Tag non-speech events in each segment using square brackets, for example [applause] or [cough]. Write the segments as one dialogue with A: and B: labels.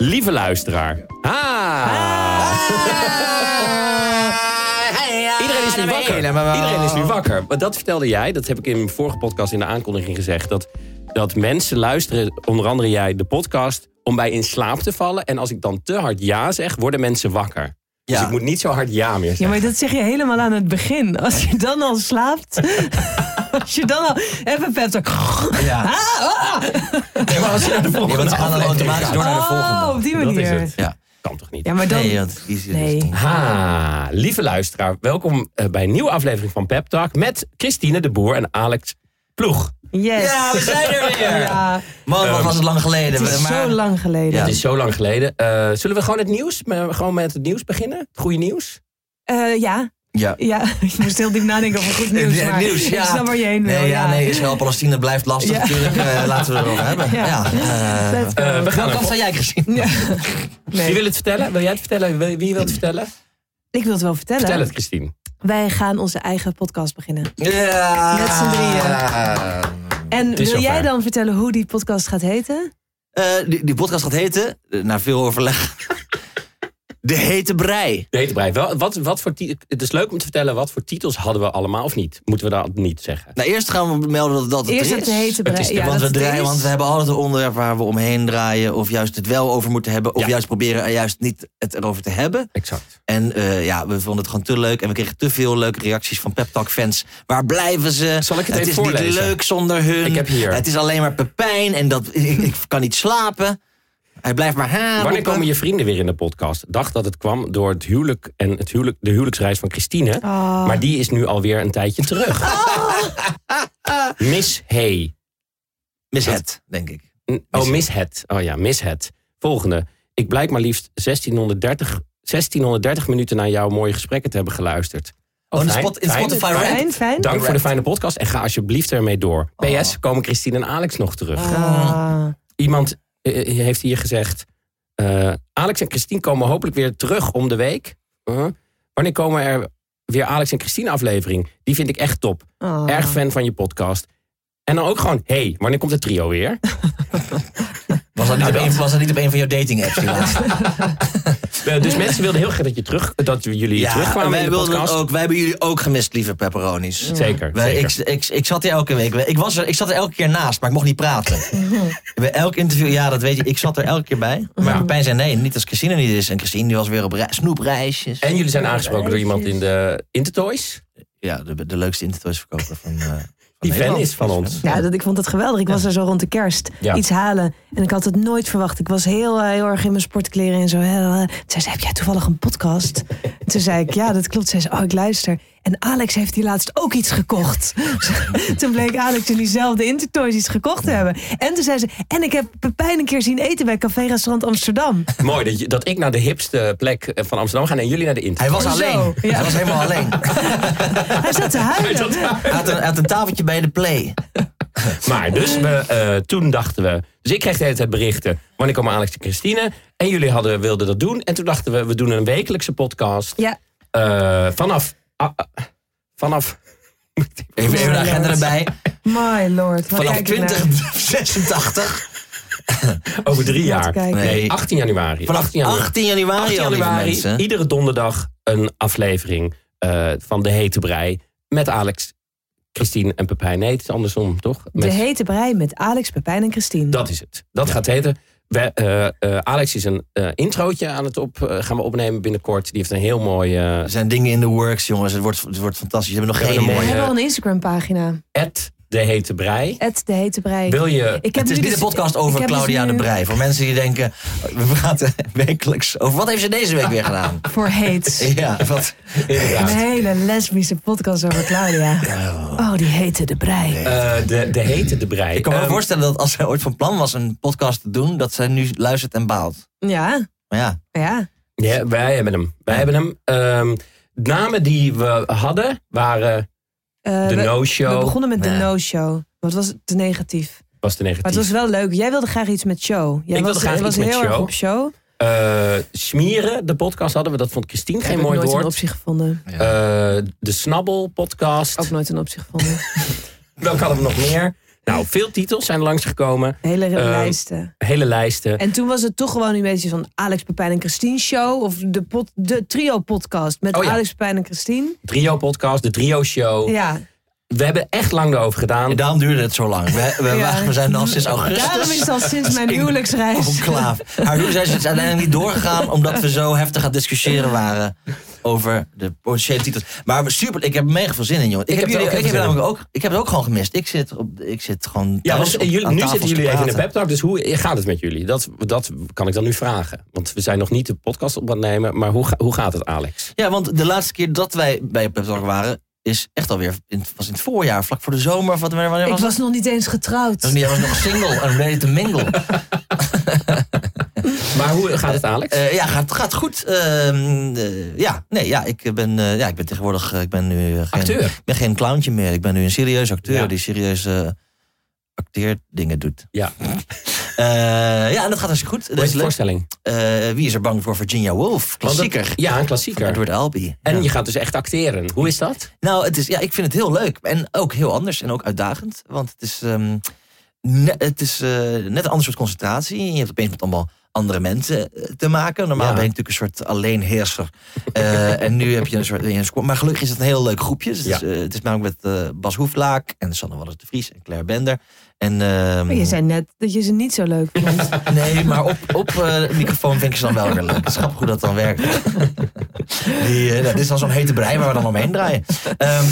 A: luisteraar. Ah!
B: Ah,
A: Iedereen is nu wakker. Iedereen is nu wakker. Maar dat vertelde jij, dat heb ik in mijn vorige podcast in de aankondiging gezegd. Dat, dat mensen luisteren, onder andere jij, de podcast om bij in slaap te vallen. En als ik dan te hard ja zeg, worden mensen wakker. Dus
B: Ja.
A: ik moet niet zo hard ja meer
C: Ja,
A: zeggen.
C: maar dat zeg je helemaal aan het begin. Als je dan al slaapt. [laughs] als je dan al. Even pep. zo-
B: Ja.
A: Nee, maar als je naar de
B: Ah, Nee, want ze gaan dan automatisch door naar de
C: Oh,
B: volgende.
C: op die
A: Dat is
C: manier.
A: het.
B: Ja.
A: Kan toch niet?
C: Ja, maar dan.
B: Nee, dat is
C: Nee.
A: Ha, lieve luisteraar, welkom eh, bij een nieuwe aflevering van Pep Talk met Christine de Boer en Alex Ploeg.
C: Yes.
B: Ja, we zijn er weer.
C: Ja, Ehm,
B: Man, wat was het lang geleden.
C: het is
B: maar-
C: zo lang geleden.
B: Ja.
A: Het is zo lang geleden. Eh, zullen we gewoon het nieuws, maar gewoon met het nieuws beginnen? Het goede nieuws?
C: Eh, ja.
B: Ja.
C: ja, [laughs] ik moest heel diep nadenken over goed nieuws.
B: Het
C: Maar
B: nieuws, [laughs] ja.
C: Ik snap waar je heen wil.
B: Nee, ja,
C: ja,
B: nee, Israël-Palestina blijft lastig
C: Ja.
B: natuurlijk. Eh, laten we het erover hebben.
C: Ja.
B: Ja.
C: [laughs]
B: eh,
C: Let's go.
A: Eh, we
C: [laughs]
A: gaan
B: welke
A: er-
B: kant had jij gezien?
A: Wie
C: Nee.
A: wil het vertellen? Wil jij het vertellen? Wil- Wie wil het vertellen?
C: Ik wil het wel vertellen.
A: Vertel het, Christine.
C: Wij gaan onze eigen podcast beginnen.
B: Ja.
C: Met z'n drieën. En
A: Het is
C: wil jij
A: zover.
C: dan vertellen hoe die podcast gaat heten?
B: Eh, die, die podcast gaat heten, eh, na veel overleg, [laughs] De Hete Brei.
A: De hete brei. Wel, wat, wat voor ti- het is leuk om te vertellen wat voor titels hadden we allemaal of niet. Moeten we dat niet zeggen?
B: Nou, eerst gaan we melden dat, dat het
C: Eerst
B: er
C: het
B: is.
C: te heten
A: Het is-
C: bereid. Ja,
B: want, we
C: dat het
B: draaien,
C: is.
B: want we hebben altijd een onderwerp waar we omheen draaien. Of juist het wel over moeten hebben. Of
A: Ja.
B: juist proberen er juist niet het erover te hebben.
A: Exact.
B: En eh, ja, we vonden het gewoon te leuk. En we kregen te veel leuke reacties van Pep Talk fans. Waar blijven ze?
A: Zal ik het even
B: het is
A: voorlezen?
B: niet leuk zonder hun.
A: Ik heb hier.
B: Het is alleen maar Pepijn. En dat, ik, ik kan niet slapen. Hij blijft maar haar.
A: Wanneer komen je vrienden weer in de podcast? Dacht dat het kwam door het huwelijk en het huwelijk, de huwelijksreis van Christine.
C: Oh.
A: Maar die is nu alweer een tijdje terug. [laughs] Miss Hey.
B: Mis het, denk ik.
A: N- Oh, Miss Het. Oh ja, Miss Het. Volgende. Ik blijk maar liefst 1630, 1630 minuten naar jouw mooie gesprekken te hebben geluisterd.
B: Oh, in de
A: fijn,
B: spot- in
A: fijn,
B: Spotify
A: fijn.
B: Wrapped.
C: Fijn, fijn.
A: Dank voor de
B: Correct.
A: fijne podcast en ga alsjeblieft ermee door. PS, komen Christine en Alex nog terug.
C: Ah.
A: Iemand eh, heeft hier gezegd... eh, Alex en Christine komen hopelijk weer terug om de week. Huh? wanneer komen er weer Alex en Christine aflevering? Die vind ik echt top.
C: Ah.
A: Erg fan van je podcast. En dan ook gewoon, hey, wanneer komt het trio weer?
B: Was dat niet, op, een, was dat niet op een van jouw dating apps? [laughs]
A: Eh, dus mensen wilden heel graag dat, je terug, dat we jullie terugkwamen in
B: wij,
A: de
B: wilden het
A: podcast.
B: ook, wij hebben jullie ook gemist, lieve pepperonis.
A: Zeker,
B: Wij-
A: zeker.
B: ik, ik, ik zat hier elke week. Ik, was er, ik zat er elke keer naast, maar ik mocht niet
A: [laughs]
B: praten. Bij elk interview, ja, dat weet je. Ik zat er elke keer bij. Maar Pepijn zei nee, niet als Christine er niet is. En Christine die was weer op rei- snoepreisjes.
A: En jullie zijn aangesproken door iemand in de Intertoys.
B: Ja, de, de leukste intertoysverkoper van, eh, van
A: Die fan
B: Nederland.
A: is van ons.
C: Ja, dat, ik vond het geweldig. Ik was er zo rond de kerst
A: Ja.
C: iets halen. En ik had het nooit verwacht. Ik was heel, eh, heel erg in mijn sportkleren en zo. hè. Toen zei ze, heb jij toevallig een podcast? En toen zei ik, ja, dat klopt. Zei ze, oh, ik luister. En Alex heeft die laatst ook iets gekocht. [laughs] toen bleek Alex in diezelfde Intertoys iets gekocht te hebben. En toen zei ze, en ik heb Pepijn een keer zien eten bij Café Restaurant Amsterdam.
A: Mooi dat, je- dat ik naar de hipste plek van Amsterdam ga en jullie naar de Intertoys.
B: Hij was
C: Zo,
B: alleen.
C: ja.
B: Hij was helemaal alleen.
C: Hij zat te huilen.
B: Hij had een, hij had een tafeltje bij de play.
A: Maar dus we, eh, toen dachten we. Dus ik kreeg de hele tijd berichten. Wanneer komen Alex en Christine? En jullie hadden, wilden dat doen. En toen dachten we, we doen een wekelijkse podcast.
C: Ja,
A: eh, vanaf. ah, ah, vanaf.
B: Even, even de agenda erbij.
C: my lord. wat
B: Vanaf
C: kijk ik naar.
B: [laughs] 2086.
A: Over drie jaar.
C: kijken.
A: Nee, 18 januari.
B: Vanaf
A: 18 januari.
B: 18 januari,
A: 18
B: al, lieve
A: januari,
B: mensen.
A: iedere donderdag een aflevering eh, van De Hete Brei. Met Alex, Christine en Pepijn. Nee, het is andersom, toch?
C: De
A: Met-
C: hete brei met Alex, Pepijn en Christine.
A: Dat is het. Dat gaat heten. We, eh, eh, Alex is een eh, introotje aan het op, eh, gaan we opnemen binnenkort. Die heeft een heel mooi eh,
B: Er zijn dingen in de works, jongens. Het wordt, het wordt fantastisch. We hebben nog
A: We
B: geen
A: hebben
B: idee.
A: een
C: We
A: mooie-
C: hebben al een Instagram pagina.
A: Ad eh, de hete brei.
C: Het de hete brei.
A: Wil je...
C: Ik heb
B: Het is
C: nu
B: niet
C: dus-
B: een podcast over
C: ik heb dus
B: Claudia
C: nu
B: de Brij. Voor mensen die denken, we praten [laughs] wekelijks over... Wat heeft ze deze week weer gedaan?
C: Voor
A: [laughs]
C: hates.
B: [laughs] Ja, wat...
C: Een
A: Inderdaad.
C: hele lesbische podcast over Claudia. Oh, die heette de brei.
A: Eh, de, de hete de brei.
B: Ik kan me
A: Ehm,
B: voorstellen dat als zij ooit van plan was een podcast te doen... dat zij nu luistert en baalt.
C: Ja,
B: Maar ja,
C: ja.
A: ja, wij hebben hem. Wij hebben hem. Ehm, de namen die we hadden waren
C: Eh,
A: de
C: we, we
A: no-show.
C: begonnen met de
B: Nee.
C: no-show. Wat was het? te negatief.
A: Was de
C: Maar
A: negatief.
C: het was wel leuk. Jij wilde graag iets met show. Jij
A: Ik wilde
C: was,
A: graag
C: was
A: iets met
C: heel erg
A: show.
C: op show.
A: Eh, Smieren, de podcast hadden we. Dat vond Christine
C: Heb
A: geen
C: ik
A: mooi
C: nooit een
A: woord.
C: optie gevonden.
A: Eh, de Snabbel podcast.
C: Ook nooit een optie gevonden.
A: Welke hadden we nog meer? Nou, veel titels zijn langsgekomen.
C: [laughs] Hele
A: Eh,
C: lijsten.
A: Hele lijsten.
C: En toen was het toch gewoon een beetje van Alex, Pepijn en Christine show. Of de, pod- de trio podcast met
A: Oh ja. Oh.
C: Alex, Pepijn en Christine.
A: Trio-podcast, de Trio-show.
C: Ja.
A: We hebben echt lang erover gedaan.
B: En daarom duurde het zo lang. We, [laughs] we,
C: Ja.
B: we zijn al sinds
C: Daarom is
B: augustus.
C: het
A: [laughs]
C: al sinds mijn huwelijksreis.
B: Conclaaf. Haar doel zijn ze dus uiteindelijk niet doorgegaan omdat we zo heftig aan het discussiëren waren over de potentiële titels. Maar super, ik heb er mega veel zin in, joh. Ik,
A: heb
B: heb,
A: er
B: jullie,
A: ook heel
B: ik, heb
A: veel zin in.
B: namelijk ook, ik heb het ook gewoon gemist. Ik zit, op, ik zit gewoon.
A: Ja,
B: thuis
A: dus
B: op-
A: jullie,
B: aan
A: nu
B: tafels
A: zitten
B: te
A: jullie even in de
B: praten.
A: pep talk, dus hoe gaat het met jullie? Dat, dat kan ik dan nu vragen. Want we zijn nog niet de podcast op aan het nemen, maar hoe, ga- hoe gaat het, Alex?
B: Ja, want de laatste keer dat wij bij Pep Talk waren, is echt alweer in, was in het voorjaar, vlak voor de zomer. of Wat, wanneer wanneer
C: Ik
B: was dat?
C: was nog niet eens getrouwd.
B: Toen die was nog single en ready to mingle.
A: [laughs] Maar hoe gaat het, Alex?
B: Eh, ja, gaat, gaat goed. Ehm, eh, ja, nee, ja, ik ben, eh, ja, ik ben tegenwoordig, eh, ik ben nu eh, geen,
A: Acteur.
B: Ik ben geen clowntje meer. Ik ben nu een serieus acteur
A: Ja.
B: die serieus eh, acteerdingen doet.
A: Ja,
B: Eh, ja, en dat gaat hartstikke goed. Dat
A: dat is
B: is
A: een
B: leuk.
A: voorstelling.
B: Eh, wie is er bang voor Virginia Woolf?
A: Want dat-
B: Klassieker.
A: Ja, een
B: Van
A: klassieker.
B: Edward Albee.
A: En
B: Ja.
A: je gaat dus echt acteren. Hoe is dat?
B: Nou, het is, ja, ik vind het heel leuk. En ook heel anders en ook uitdagend. Want het is, ehm, ne- het is eh, net een ander soort concentratie. Je hebt opeens met allemaal andere mensen eh, te maken. Normaal
A: Ja.
B: ben je natuurlijk een soort alleenheerser. Eh, en nu heb je een soort... Een squ- maar gelukkig is het een heel leuk groepje. Dus het, is, eh, het is namelijk met eh, Bas Hoeflaak en Sanne Wallis de Vries en Claire Bender. En, ehm,
C: Maar je zei net dat je ze niet zo leuk
B: [laughs]
C: vond.
B: Nee, maar op, op eh, microfoon vind ik ze dan wel weer leuk. Het is grappig hoe dat dan werkt. Die, eh, dat is dan zo'n hete brei waar we dan omheen draaien. Ehm,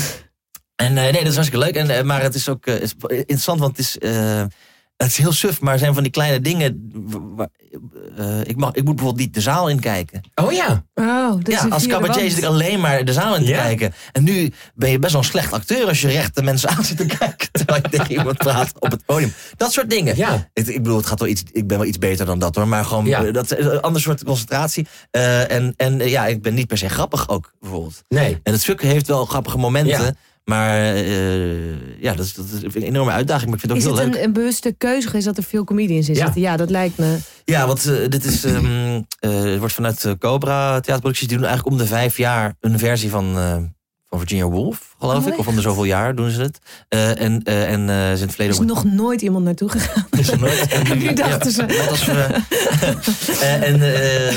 B: en eh, nee, dat is hartstikke leuk. En, eh, maar het is ook eh, het is interessant, want het is, eh, het is heel suf. Maar er zijn van die kleine dingen... w- waar- eh, ik, mag, ik moet bijvoorbeeld niet de zaal inkijken.
A: Oh ja.
C: Oh, dat
B: ja, als cabaretier zit ik alleen maar de zaal in te
A: Ja.
B: kijken. En nu ben je best wel een slecht acteur als je recht de mensen aan zit te kijken... terwijl je tegen iemand praat op het podium. Dat soort dingen.
A: Ja.
B: Ik, ik bedoel, het gaat wel iets, ik ben wel iets beter dan dat hoor. Maar gewoon
A: Ja.
B: eh, dat, is een ander soort concentratie. Eh, en en eh, ja, ik ben niet per se grappig ook, bijvoorbeeld.
A: Nee.
B: En het stuk heeft wel grappige momenten.
A: Ja.
B: Maar eh, ja, dat is, dat is een enorme uitdaging. Maar ik vind het
C: Is
B: ook
C: het
B: heel leuk.
C: een, een bewuste keuze geweest dat er veel comedians in
A: Ja.
C: zitten? Ja, dat lijkt me.
B: Ja, want eh, dit is, ehm, eh, het wordt vanuit eh, Cobra Theaterproducties. Die doen eigenlijk om de vijf jaar een versie van, eh, van Virginia Woolf, geloof
C: Oh,
B: ik. Of om de zoveel jaar doen ze het. Eh, en eh en eh, is in het
C: Er
B: verleden
C: is nog nooit iemand naartoe gegaan.
B: Is er nooit.
C: [laughs] Nu dachten ze.
B: net als we- Eh, [laughs] en, eh, eh,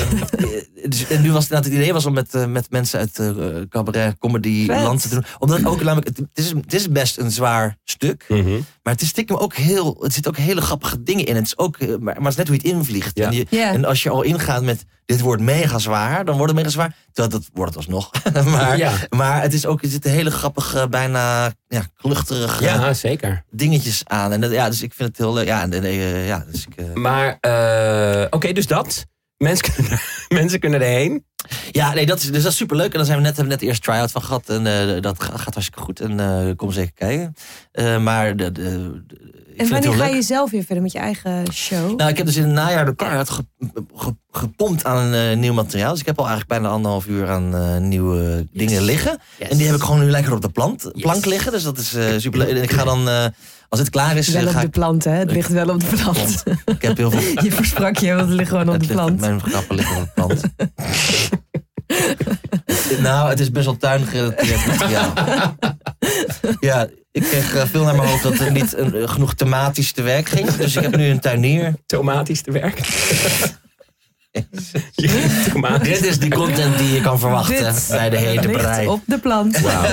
B: dus- en nu was het, inderdaad- het idee was om met, eh, met mensen uit eh, cabaret, comedy,
C: Vet.
B: land te doen. Omdat ook, namelijk, het, het, is, het is best een zwaar stuk.
A: Mhm.
B: Maar het is stiekem ook heel, het zit ook hele grappige dingen in. Het is ook, eh, maar, maar het is net hoe je het invliegt.
A: Ja.
B: En, je-
C: Ja.
B: en als je al ingaat met dit wordt mega zwaar, dan wordt het mega zwaar. Dat, dat wordt het alsnog. [laughs] maar,
A: Ja.
B: maar het is ook, er zitten hele grappige, bijna ja, kluchterige
A: Ja, zeker.
B: dingetjes aan. En dat, ja, dus ik vind het heel leuk. Ja, en, en, eh, ja dus ik, eh,
A: Maar, eh, oké, dus dat. Mensen kunnen, [laughs] mensen kunnen erheen.
B: Ja, nee, dat is, dus dat is superleuk. En daar zijn we net, hebben we net de eerste try-out van gehad. En eh, dat ga- gaat hartstikke goed. En eh, kom zeker kijken. Eh, maar de, de- de- ik
C: En
B: vind het
C: wanneer
B: heel
C: ga
B: leuk.
C: je zelf weer verder met je eigen show?
B: Nou, ik heb dus in het najaar de keihard ge, ge- gepompt aan eh, nieuw materiaal. Dus ik heb al eigenlijk bijna anderhalf uur aan eh, nieuwe dingen liggen. En die heb ik gewoon nu lekker op de plant, plank liggen. Dus dat is eh superleuk. En ik ga dan, eh, als het klaar is, eh,
C: wel
B: ga
C: op de
B: ik...
C: plant, hè? Het ligt wel op de plant. [laughs]
B: Plant. [laughs] Ik heb heel veel...
C: Je versprak je, want het ligt gewoon op
B: Het
C: de
B: ligt-
C: plant.
B: Mijn grappen liggen op de
C: [laughs]
B: plant. nou, het is best wel tuingerelateerd materiaal. ja, ik kreeg eh, veel naar mijn hoofd dat er niet eh, genoeg thematisch te werk ging. Dus ik heb nu een tuinier.
A: Tomatisch te werk. Ja, tomatisch.
B: Dit is die content die je kan verwachten
C: Dit
B: bij de hete
C: ligt
B: brei.
C: op de plant.
B: Oh.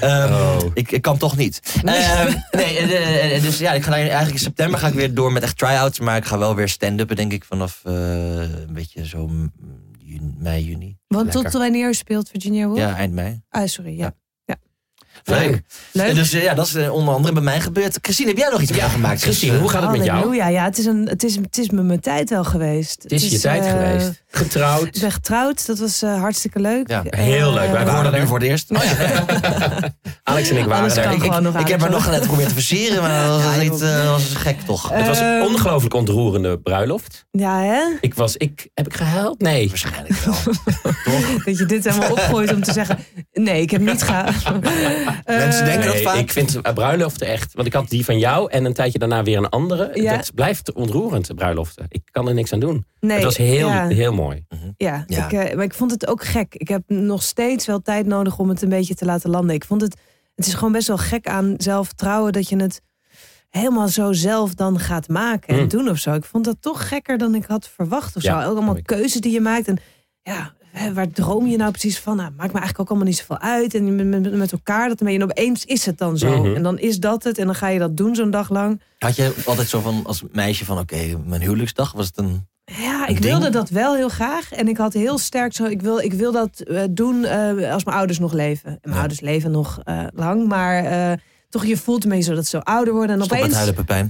B: Ehm,
A: Oh.
B: ik, ik kan toch niet. Ehm, nee, eh, eh, eh, dus ja, ik ga daar eigenlijk in september ga ik weer door met echt try-outs. Maar ik ga wel weer stand-uppen, denk ik, vanaf eh, een beetje zo mm, juni- mei, juni.
C: Want
A: Lekker.
C: tot wanneer speelt Virginia Woolf?
B: Ja, eind mei.
C: Ah, sorry. Ja.
A: Leuk.
C: Leuk.
B: En Dus eh, ja, dat is eh, onder andere bij mij gebeurd. Christine, heb jij nog iets meegemaakt?
A: Christine, hoe gaat het met jou?
C: Halleluja. Ja, het is, een, het, is, het is me mijn tijd wel geweest. eh,
A: Het is je tijd geweest.
C: Ik
A: Getrouwd.
C: ben getrouwd. Dat was eh, hartstikke leuk.
B: Ja,
A: heel leuk. Wij
C: Eh,
B: We
A: waren
B: hoorden
A: er.
B: nu voor het eerst. Oh, [laughs] ja.
A: Alex en ik waren
C: Alles
A: er.
C: kan.
A: Ik-
B: ik, ik,
C: gewoon nog
B: ik heb haar
C: aan.
B: nog net geprobeerd te versieren, maar dat was,
C: [laughs] Ja,
B: niet, eh, was gek toch?
A: Het was een ongelooflijk ontroerende bruiloft.
C: ja, hè?
A: Ik was, ik, heb ik gehuild? Nee.
B: Waarschijnlijk wel.
C: [laughs] Dat je dit helemaal opgooit om te zeggen... Nee, ik heb niet gehaald. Eh.
B: Mensen denken Eh. dat
A: Nee,
B: vaak.
A: ik vind eh, bruiloften echt. Want ik had die van jou en een tijdje daarna weer een andere.
C: Ja.
A: Dat blijft ontroerend, de bruiloften. Ik kan er niks aan doen.
C: Nee,
A: het was heel,
C: ja.
A: heel mooi.
C: Ja,
B: Ja.
C: Ik, eh, maar ik vond het ook gek. Ik heb nog steeds wel tijd nodig om het een beetje te laten landen. Ik vond het Het is gewoon best wel gek aan zelfvertrouwen dat je het helemaal zo zelf dan gaat maken en
A: Mm.
C: doen of zo. Ik vond dat toch gekker dan ik had verwacht of
A: Ja,
C: zo. Ook allemaal
A: snap ik.
C: keuzes die je maakt en ja, hè, waar droom je nou precies van? Nou, maakt me eigenlijk ook allemaal niet zoveel uit. En met, met, met elkaar, dat dan ben je en opeens is het dan zo.
A: Mhm.
C: En dan is dat het en dan ga je dat doen zo'n dag lang.
B: Had je altijd zo van als meisje van oké, mijn huwelijksdag was het een...
C: Ja,
B: Een
C: ik
B: ding?
C: wilde dat wel heel graag. En ik had heel sterk zo, ik wil, ik wil dat eh, doen eh, als mijn ouders nog leven. En mijn
B: Ja.
C: ouders leven nog eh, lang, maar eh, toch, je voelt mee zo dat ze zo ouder worden. En
B: Stop met
C: opeens,
B: huilen
A: [laughs]
B: Pepijn.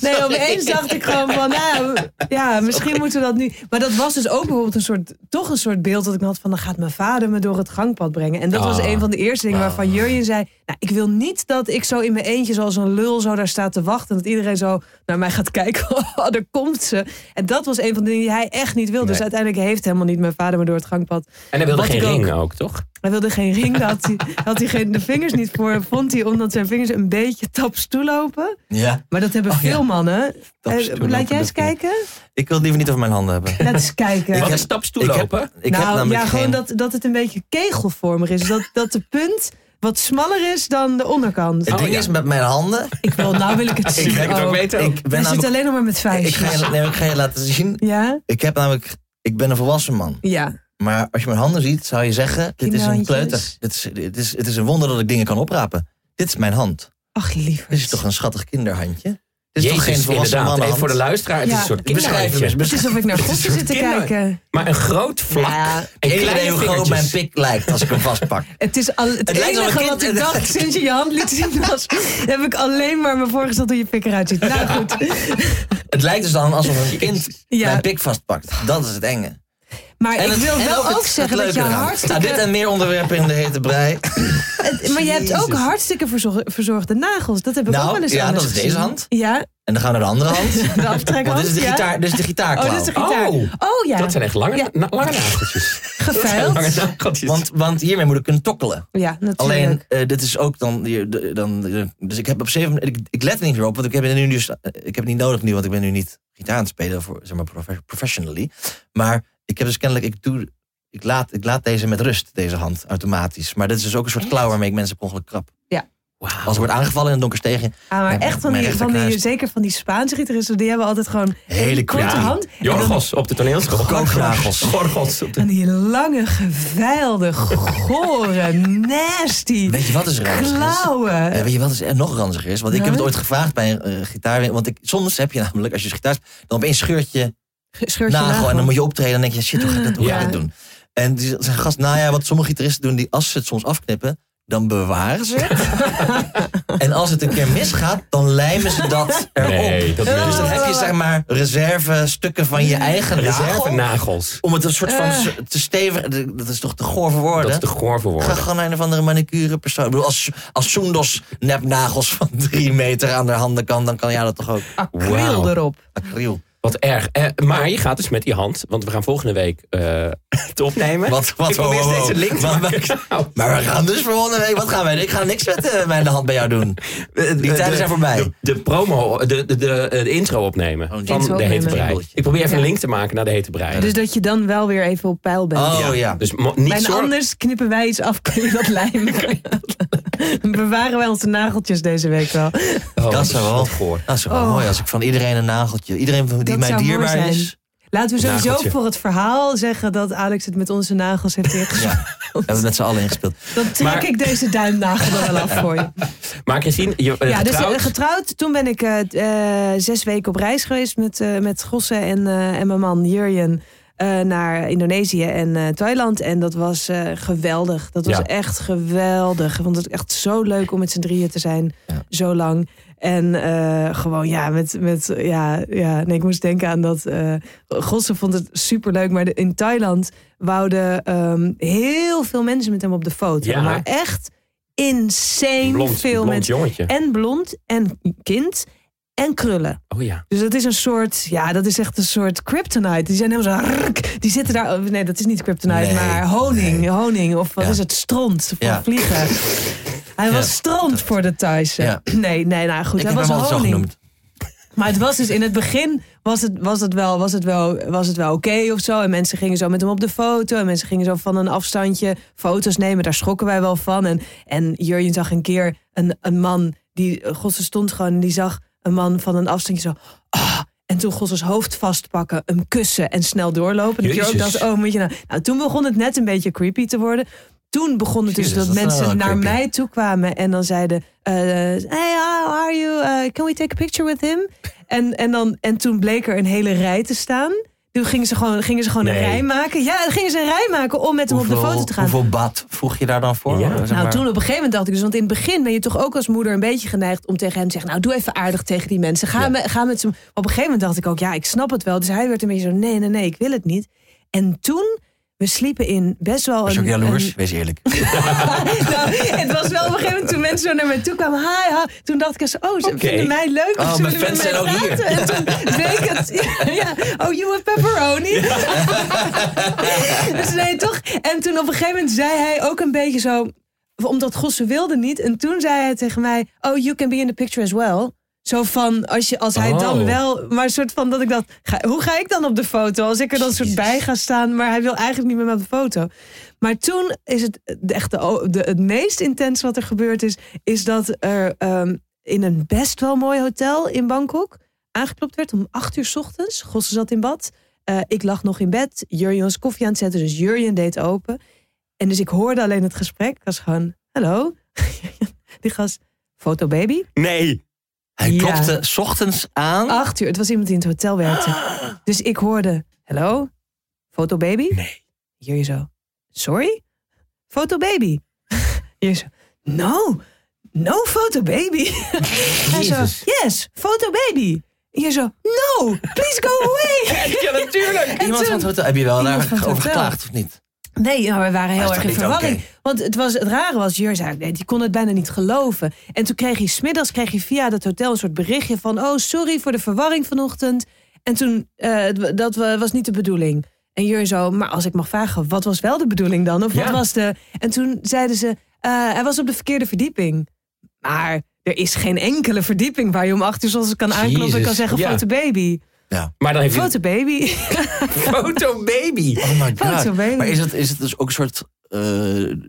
C: nee, opeens dacht ik gewoon van, nou, ja, misschien moeten we dat nu. Maar dat was dus ook bijvoorbeeld een soort, toch een soort beeld dat ik had van, dan gaat mijn vader me door het gangpad brengen. En dat was
A: Ah,
C: een van de eerste dingen
B: wauw.
C: waarvan Jurjen zei, nou, ik wil niet dat ik zo in mijn eentje zoals een lul zo daar sta te wachten. Dat iedereen zo naar mij gaat [laughs] kijken, oh, daar komt ze. En dat was een van de dingen die hij echt niet wilde. Dus
A: Nee.
C: uiteindelijk heeft helemaal niet mijn vader me door het gangpad.
A: En hij wilde
C: Wat
A: geen
C: ik ook.
A: ring ook, toch?
C: Hij wilde geen ring, daar
A: [laughs]
C: had hij, had hij geen, de vingers niet voor. Vond hij omdat zijn vingers een beetje taps toelopen.
B: Ja.
C: Maar dat hebben
B: Oh, ja.
C: veel mannen.
B: Taps
C: Eh,
B: toelopen,
C: laat jij eens
B: dat klopt.
C: kijken?
B: Ik wil het liever niet over mijn handen
C: [laughs]
B: hebben. [laughs]
C: Laat eens kijken.
A: Wat
B: heb-
A: een stapstoel
B: ik heb-
A: lopen.
B: Ik
C: nou,
B: heb namelijk
C: ja, gewoon
B: geen...
C: dat, dat het een beetje kegelvormig is. Dat, dat de punt wat smaller is dan de onderkant.
B: Het
A: Oh,
B: ding
A: ja.
B: is met mijn handen...
C: ik wil, nou wil ik
B: [laughs]
C: het zien.
A: Ik wil het ook
C: Oh,
A: weten. ook.
B: Ik ben
C: Hij zit
B: namelijk...
C: alleen nog maar met
B: Ik ga,
C: vijfjes.
B: je, nee, ik ga je laten zien.
C: Ja?
B: Ik heb namelijk... Ik ben een volwassen man.
C: Ja.
B: Maar als je mijn handen ziet, zou je zeggen... Dit is een
C: Kinderhandjes.
B: kleuter. Dit is, dit is, het is een wonder dat ik dingen kan oprapen. Dit is mijn hand.
C: Ach,
B: Dit
C: lieverd.
B: is toch een schattig kinderhandje? Dit is
A: Jezus,
B: toch geen volwassen
A: inderdaad.
B: mannenhand?
A: Even voor de luisteraar, het is een
C: Ja,
A: soort
C: kinderhandje.
A: kinderhandje.
C: Het is
B: [laughs]
C: alsof ik naar God
A: een
C: zit te
A: kinder-
C: kijken.
A: Maar een groot vlak.
C: Ja,
A: en
B: Ik weet
A: kleine
B: niet hoe groot mijn
A: vingertjes.
B: pik lijkt als ik hem vastpak.
C: Het is al,
B: lijkt
C: het,
B: wel een
C: enige
B: kind-
C: wat ik dacht sinds je je hand liet zien
B: [laughs]
C: was... heb ik alleen maar me voorgesteld hoe je pik eruit ziet. Nou goed.
B: Het lijkt dus dan alsof een [laughs] kind
C: Ja.
B: mijn pik vastpakt. Dat is het enge.
C: Maar ik
B: het,
C: wil wel
B: het-
C: ook,
B: het
C: zeggen dat
B: leuke
C: je
B: eraan.
C: hartstikke...
B: Nou, dit en meer onderwerpen in de hete brei. [laughs]
C: Het- maar je hebt ook
B: Jezus.
C: hartstikke verzorg- verzorgde nagels. Dat heb ik
B: Nou,
C: ook wel eens
B: ja,
C: anders
B: dat is deze
C: gezien.
B: hand.
C: Ja, [laughs]
B: En dan gaan we naar de andere hand. [laughs]
C: de aftrekhand.
B: Want dit is de,
C: ja.
B: gitaar, dit is de
C: Oh,
B: gitaarklauw.
C: dit is de gitaar.
A: Oh.
C: Oh, ja,
A: Dat zijn echt lange,
C: Ja.
A: na- lange nageltjes.
C: geveild.
A: Lange nageltjes.
B: want, want hiermee moet ik kunnen tokkelen.
C: Ja, natuurlijk.
B: Alleen, eh, dit is ook dan, hier, de- dan... eh, Dus ik heb op zeven... Ik, ik let er niet meer op, want ik heb het nu dus... eh, Ik heb het niet nodig nu, want ik ben nu niet gitaar aan het spelen. Voor, zeg maar profe- professionally. Maar ik heb dus kennelijk... Ik, doe, ik, laat, ik laat deze met rust, deze hand, automatisch. Maar dit is dus ook een soort klauw waarmee ik mensen per ongeluk krap.
A: Wauw.
B: Als er wordt aangevallen in een donker steegje.
C: Ah, maar
B: Mijn-
C: echt van
B: mijn
C: die, van die,
B: rechterkruis.
C: zeker van die Spaanse gitaristen, die hebben altijd gewoon
B: Hele
C: een korte
B: quickie.
C: hand. En, dan,
A: Jorgos op de toneelschool.
B: Kooknagels.
A: Jorgos op de
C: en die lange, geveilde, gore, nasty
B: Weet je wat is ranzig is?
C: klauwen.
B: Eh, weet je wat is er nog ranziger is? Want ik heb het
C: Nou?
B: ooit gevraagd bij een eh, gitaar. Want ik, soms heb je namelijk, als je gitaar speelt, dan opeens scheurt je
C: Scheurt je
B: nagel. En dan
C: nagel.
B: moet je optreden en dan denk je, shit, hoe ga ik dat, hoe ga ik
C: Ja.
B: dit doen? En die zijn gast, nou ja, wat sommige gitaristen doen, die als ze het soms afknippen, dan bewaren ze het.
C: [laughs]
B: en als het een keer misgaat, dan lijmen ze dat erop.
A: Nee, dat
B: Dus
A: ben
B: dan
A: ik.
B: heb je zeg maar reserve stukken van je eigen
A: Reserve Nou.
B: nagel.
A: nagels.
B: Om het een soort van
C: Eh.
B: s- te stevig, dat is toch te goor voor
A: Dat is
B: woorden?
A: te goor voor
B: Ik ga
A: woorden.
B: gewoon naar een of andere manicure persoon. Ik bedoel, als, als Soendos nepnagels van drie meter aan de handen kan, dan kan jij dat toch ook.
C: Acryl
A: Wauw.
C: erop.
B: Acryl.
A: Wat erg. Eh, maar je gaat dus met die hand, want we gaan volgende week eh het opnemen.
B: Wat, wat,
A: ik probeer
B: wow, wow,
A: steeds
B: wow.
A: een link te
B: Maar-
A: maken. [laughs] Nou,
B: Maar we gaan dus voor volgende week. Wat gaan wij doen? Ik ga niks met eh, mijn hand bij jou doen. Die tijden zijn voorbij.
A: eh, De, de promo, de, de, de, eh, de intro opnemen
B: Oh,
A: van
C: intro
A: de hete
C: opnemen.
A: brei. Ik probeer even
C: Ja.
A: een link te maken naar de hete brei.
C: Dus dat je dan wel weer even op peil bent.
B: Oh ja.
A: Dus mo- niet
C: En
A: zorgen.
C: anders knippen wij iets af, [laughs] kun je dat
A: [laughs]
C: lijmen. Bewaren wij onze nageltjes deze week wel.
A: Oh,
B: Dat zou wel.
A: [laughs] wat goor.
B: Dat is wel
C: Oh.
B: mooi als ik van iedereen een nageltje. Iedereen die
C: Dat
B: mij
C: zou mooi
B: dierbaar
C: zijn.
B: is.
C: Laten we sowieso
A: Nageltje.
C: voor het verhaal zeggen dat Alex het met onze nagels
A: [laughs]
C: heeft [laughs] ingezet.
B: Ja, we hebben het met z'n allen ingespeeld.
C: Dan trek
A: Maar-
C: ik deze duimnagel er wel af voor je.
A: Maar Christine, je eh,
C: Ja, dus eh,
A: getrouwd?
C: getrouwd. Toen ben ik eh, eh, zes weken op reis geweest met, eh, met Gosse en, eh, en mijn man Jurjen. eh, naar Indonesië en eh, Thailand. En dat was eh, geweldig. Dat was
A: Ja.
C: echt geweldig. Ik vond het echt zo leuk om met z'n drieën te zijn.
B: Ja.
C: Zo lang. En eh, gewoon, ja, met, met ja, ja. Nee, ik moest denken aan dat. eh Gosse vond het superleuk. Maar de- in Thailand wouden ehm, heel veel mensen met hem op de foto.
A: Ja.
C: Maar echt insane
A: blond,
C: veel
A: blond
C: mensen
A: jongetje.
C: en blond en kind en krullen.
A: Oh ja.
C: Dus dat is een soort, ja, dat is echt een soort kryptonite. Die zijn helemaal zo, rrrk. die zitten daar, oh, nee, dat is niet kryptonite,
B: Nee,
C: maar honing,
B: nee.
C: honing of wat
B: Ja.
C: is het, stront van
B: Ja.
C: vliegen. Hij
B: Ja.
C: was stront voor de Thaisen.
B: Ja.
C: Nee, nee, nou goed,
B: Ik
C: hij
B: heb
C: was
B: hem altijd zo
C: honing.
B: genoemd.
C: Maar het was dus in het begin was het, was het wel, was het wel, was het wel oké of zo. En mensen gingen zo met hem op de foto. En mensen gingen zo van een afstandje foto's nemen. Daar schrokken wij wel van. En, en Jurjen zag een keer een, een man die, God, ze stond gewoon en die zag een man van een afstandje zo. "Ah." en toen Gosses hoofd vastpakken, hem kussen en snel doorlopen. En Jurjen
B: Jezus.
C: dacht, oh, moet je nou. nou. Toen begon het net een beetje creepy te worden. Toen begon het dus
B: Jezus,
C: dat,
B: dat is
C: mensen
B: wel
C: naar
B: creepy.
C: mij toe kwamen en dan zeiden: eh, Hey, how are you? Eh, can we take a picture with him? En, en, dan, en toen bleek er een hele rij te staan. Toen gingen ze gewoon, gingen ze gewoon
A: Nee.
C: een rij maken. Ja, dan gingen ze een rij maken om met hem op de foto te gaan.
B: Hoeveel bad vroeg je daar dan voor?
A: Ja.
B: Zeg
C: Nou,
B: maar.
C: toen op een gegeven moment dacht ik dus, want in het begin ben je toch ook als moeder een beetje geneigd om tegen hem te zeggen: Nou, doe even aardig tegen die mensen. Ga, me- ga met ze. Op een gegeven moment dacht ik ook: Ja, ik snap het wel. Dus hij werd een beetje zo: Nee, nee, nee, ik wil het niet. En toen, we sliepen in best wel
B: Was je
C: een.
B: ook jaloers?
C: een-
B: Wees eerlijk.
C: [laughs] nou, het was wel op een gegeven moment toen mensen zo naar mij toe kwamen. Hi, hi. Toen dacht ik eens, oh, ze vinden mij leuk.
B: Oh,
C: ze
B: mijn
C: willen
B: fans
C: met
B: zijn
C: mij
B: ook hier.
C: praten. En toen bleek het, [laughs] ja, oh, you have pepperoni. [laughs] dus nee, toch. En toen op een gegeven moment zei hij ook een beetje zo, omdat God ze wilde niet. En toen zei hij tegen mij, oh, you can be in the picture as well. Zo van, als, je, als hij
A: Oh.
C: dan wel, maar een soort van dat ik dacht, ga, hoe ga ik dan op de foto? Als ik er dan soort bij ga staan, maar hij wil eigenlijk niet met me op de foto. Maar toen is het de- echt de, de- het meest intens wat er gebeurd is, is dat er ehm, in een best wel mooi hotel in Bangkok aangeklopt werd om acht uur 's ochtends. Gosse zat in bad. Eh, ik lag nog in bed. Jurjen was koffie aan het zetten, dus Jurjen deed open. En dus ik hoorde alleen het gesprek. Ik was gewoon, hallo. [laughs] Die gast, fotobaby.
A: Nee.
B: Hij
C: Ja.
B: klopte 's ochtends aan.
C: Acht uur. Het was iemand die in het hotel
B: [gasps]
C: werkte. Dus ik hoorde, hallo, fotobaby.
A: Nee.
C: Hier zo, sorry? Fotobaby. [laughs] Hier zo, no, no fotobaby. [laughs] Hij zo,
B: Jezus.
C: yes, fotobaby. Hier zo, no, please go
B: [laughs]
C: away.
A: Ja, natuurlijk.
C: En
B: Iemand van het
C: toen,
B: hotel. Heb je wel
C: Iemand van het
B: daarover
C: hotel.
B: geklaagd of niet?
C: nee, nou, we waren
B: is
C: heel
B: toch
C: erg in
B: niet
C: verwarring.
B: oké?
C: Want het, was, het rare was, Jur zei, nee, die kon het bijna niet geloven. En toen kreeg hij, smiddags kreeg hij via dat hotel een soort berichtje van... oh, sorry voor de verwarring vanochtend. En toen, eh, het- dat wa- was niet de bedoeling. En Jur zo, maar als ik mag vragen, wat was wel de bedoeling dan? Of
A: Ja.
C: wat was de... En toen zeiden ze, eh, hij was op de verkeerde verdieping. Maar er is geen enkele verdieping waar je om acht uur zoals kan aankloppen... en
A: Jezus,
C: kan zeggen,
A: ja.
C: fotobaby.
A: Maar dan heeft hij
C: [laughs] Fotobaby.
A: [laughs] fotobaby.
B: Oh my
C: Foto
B: god.
C: baby.
B: Maar is het, is het dus ook een soort... eh,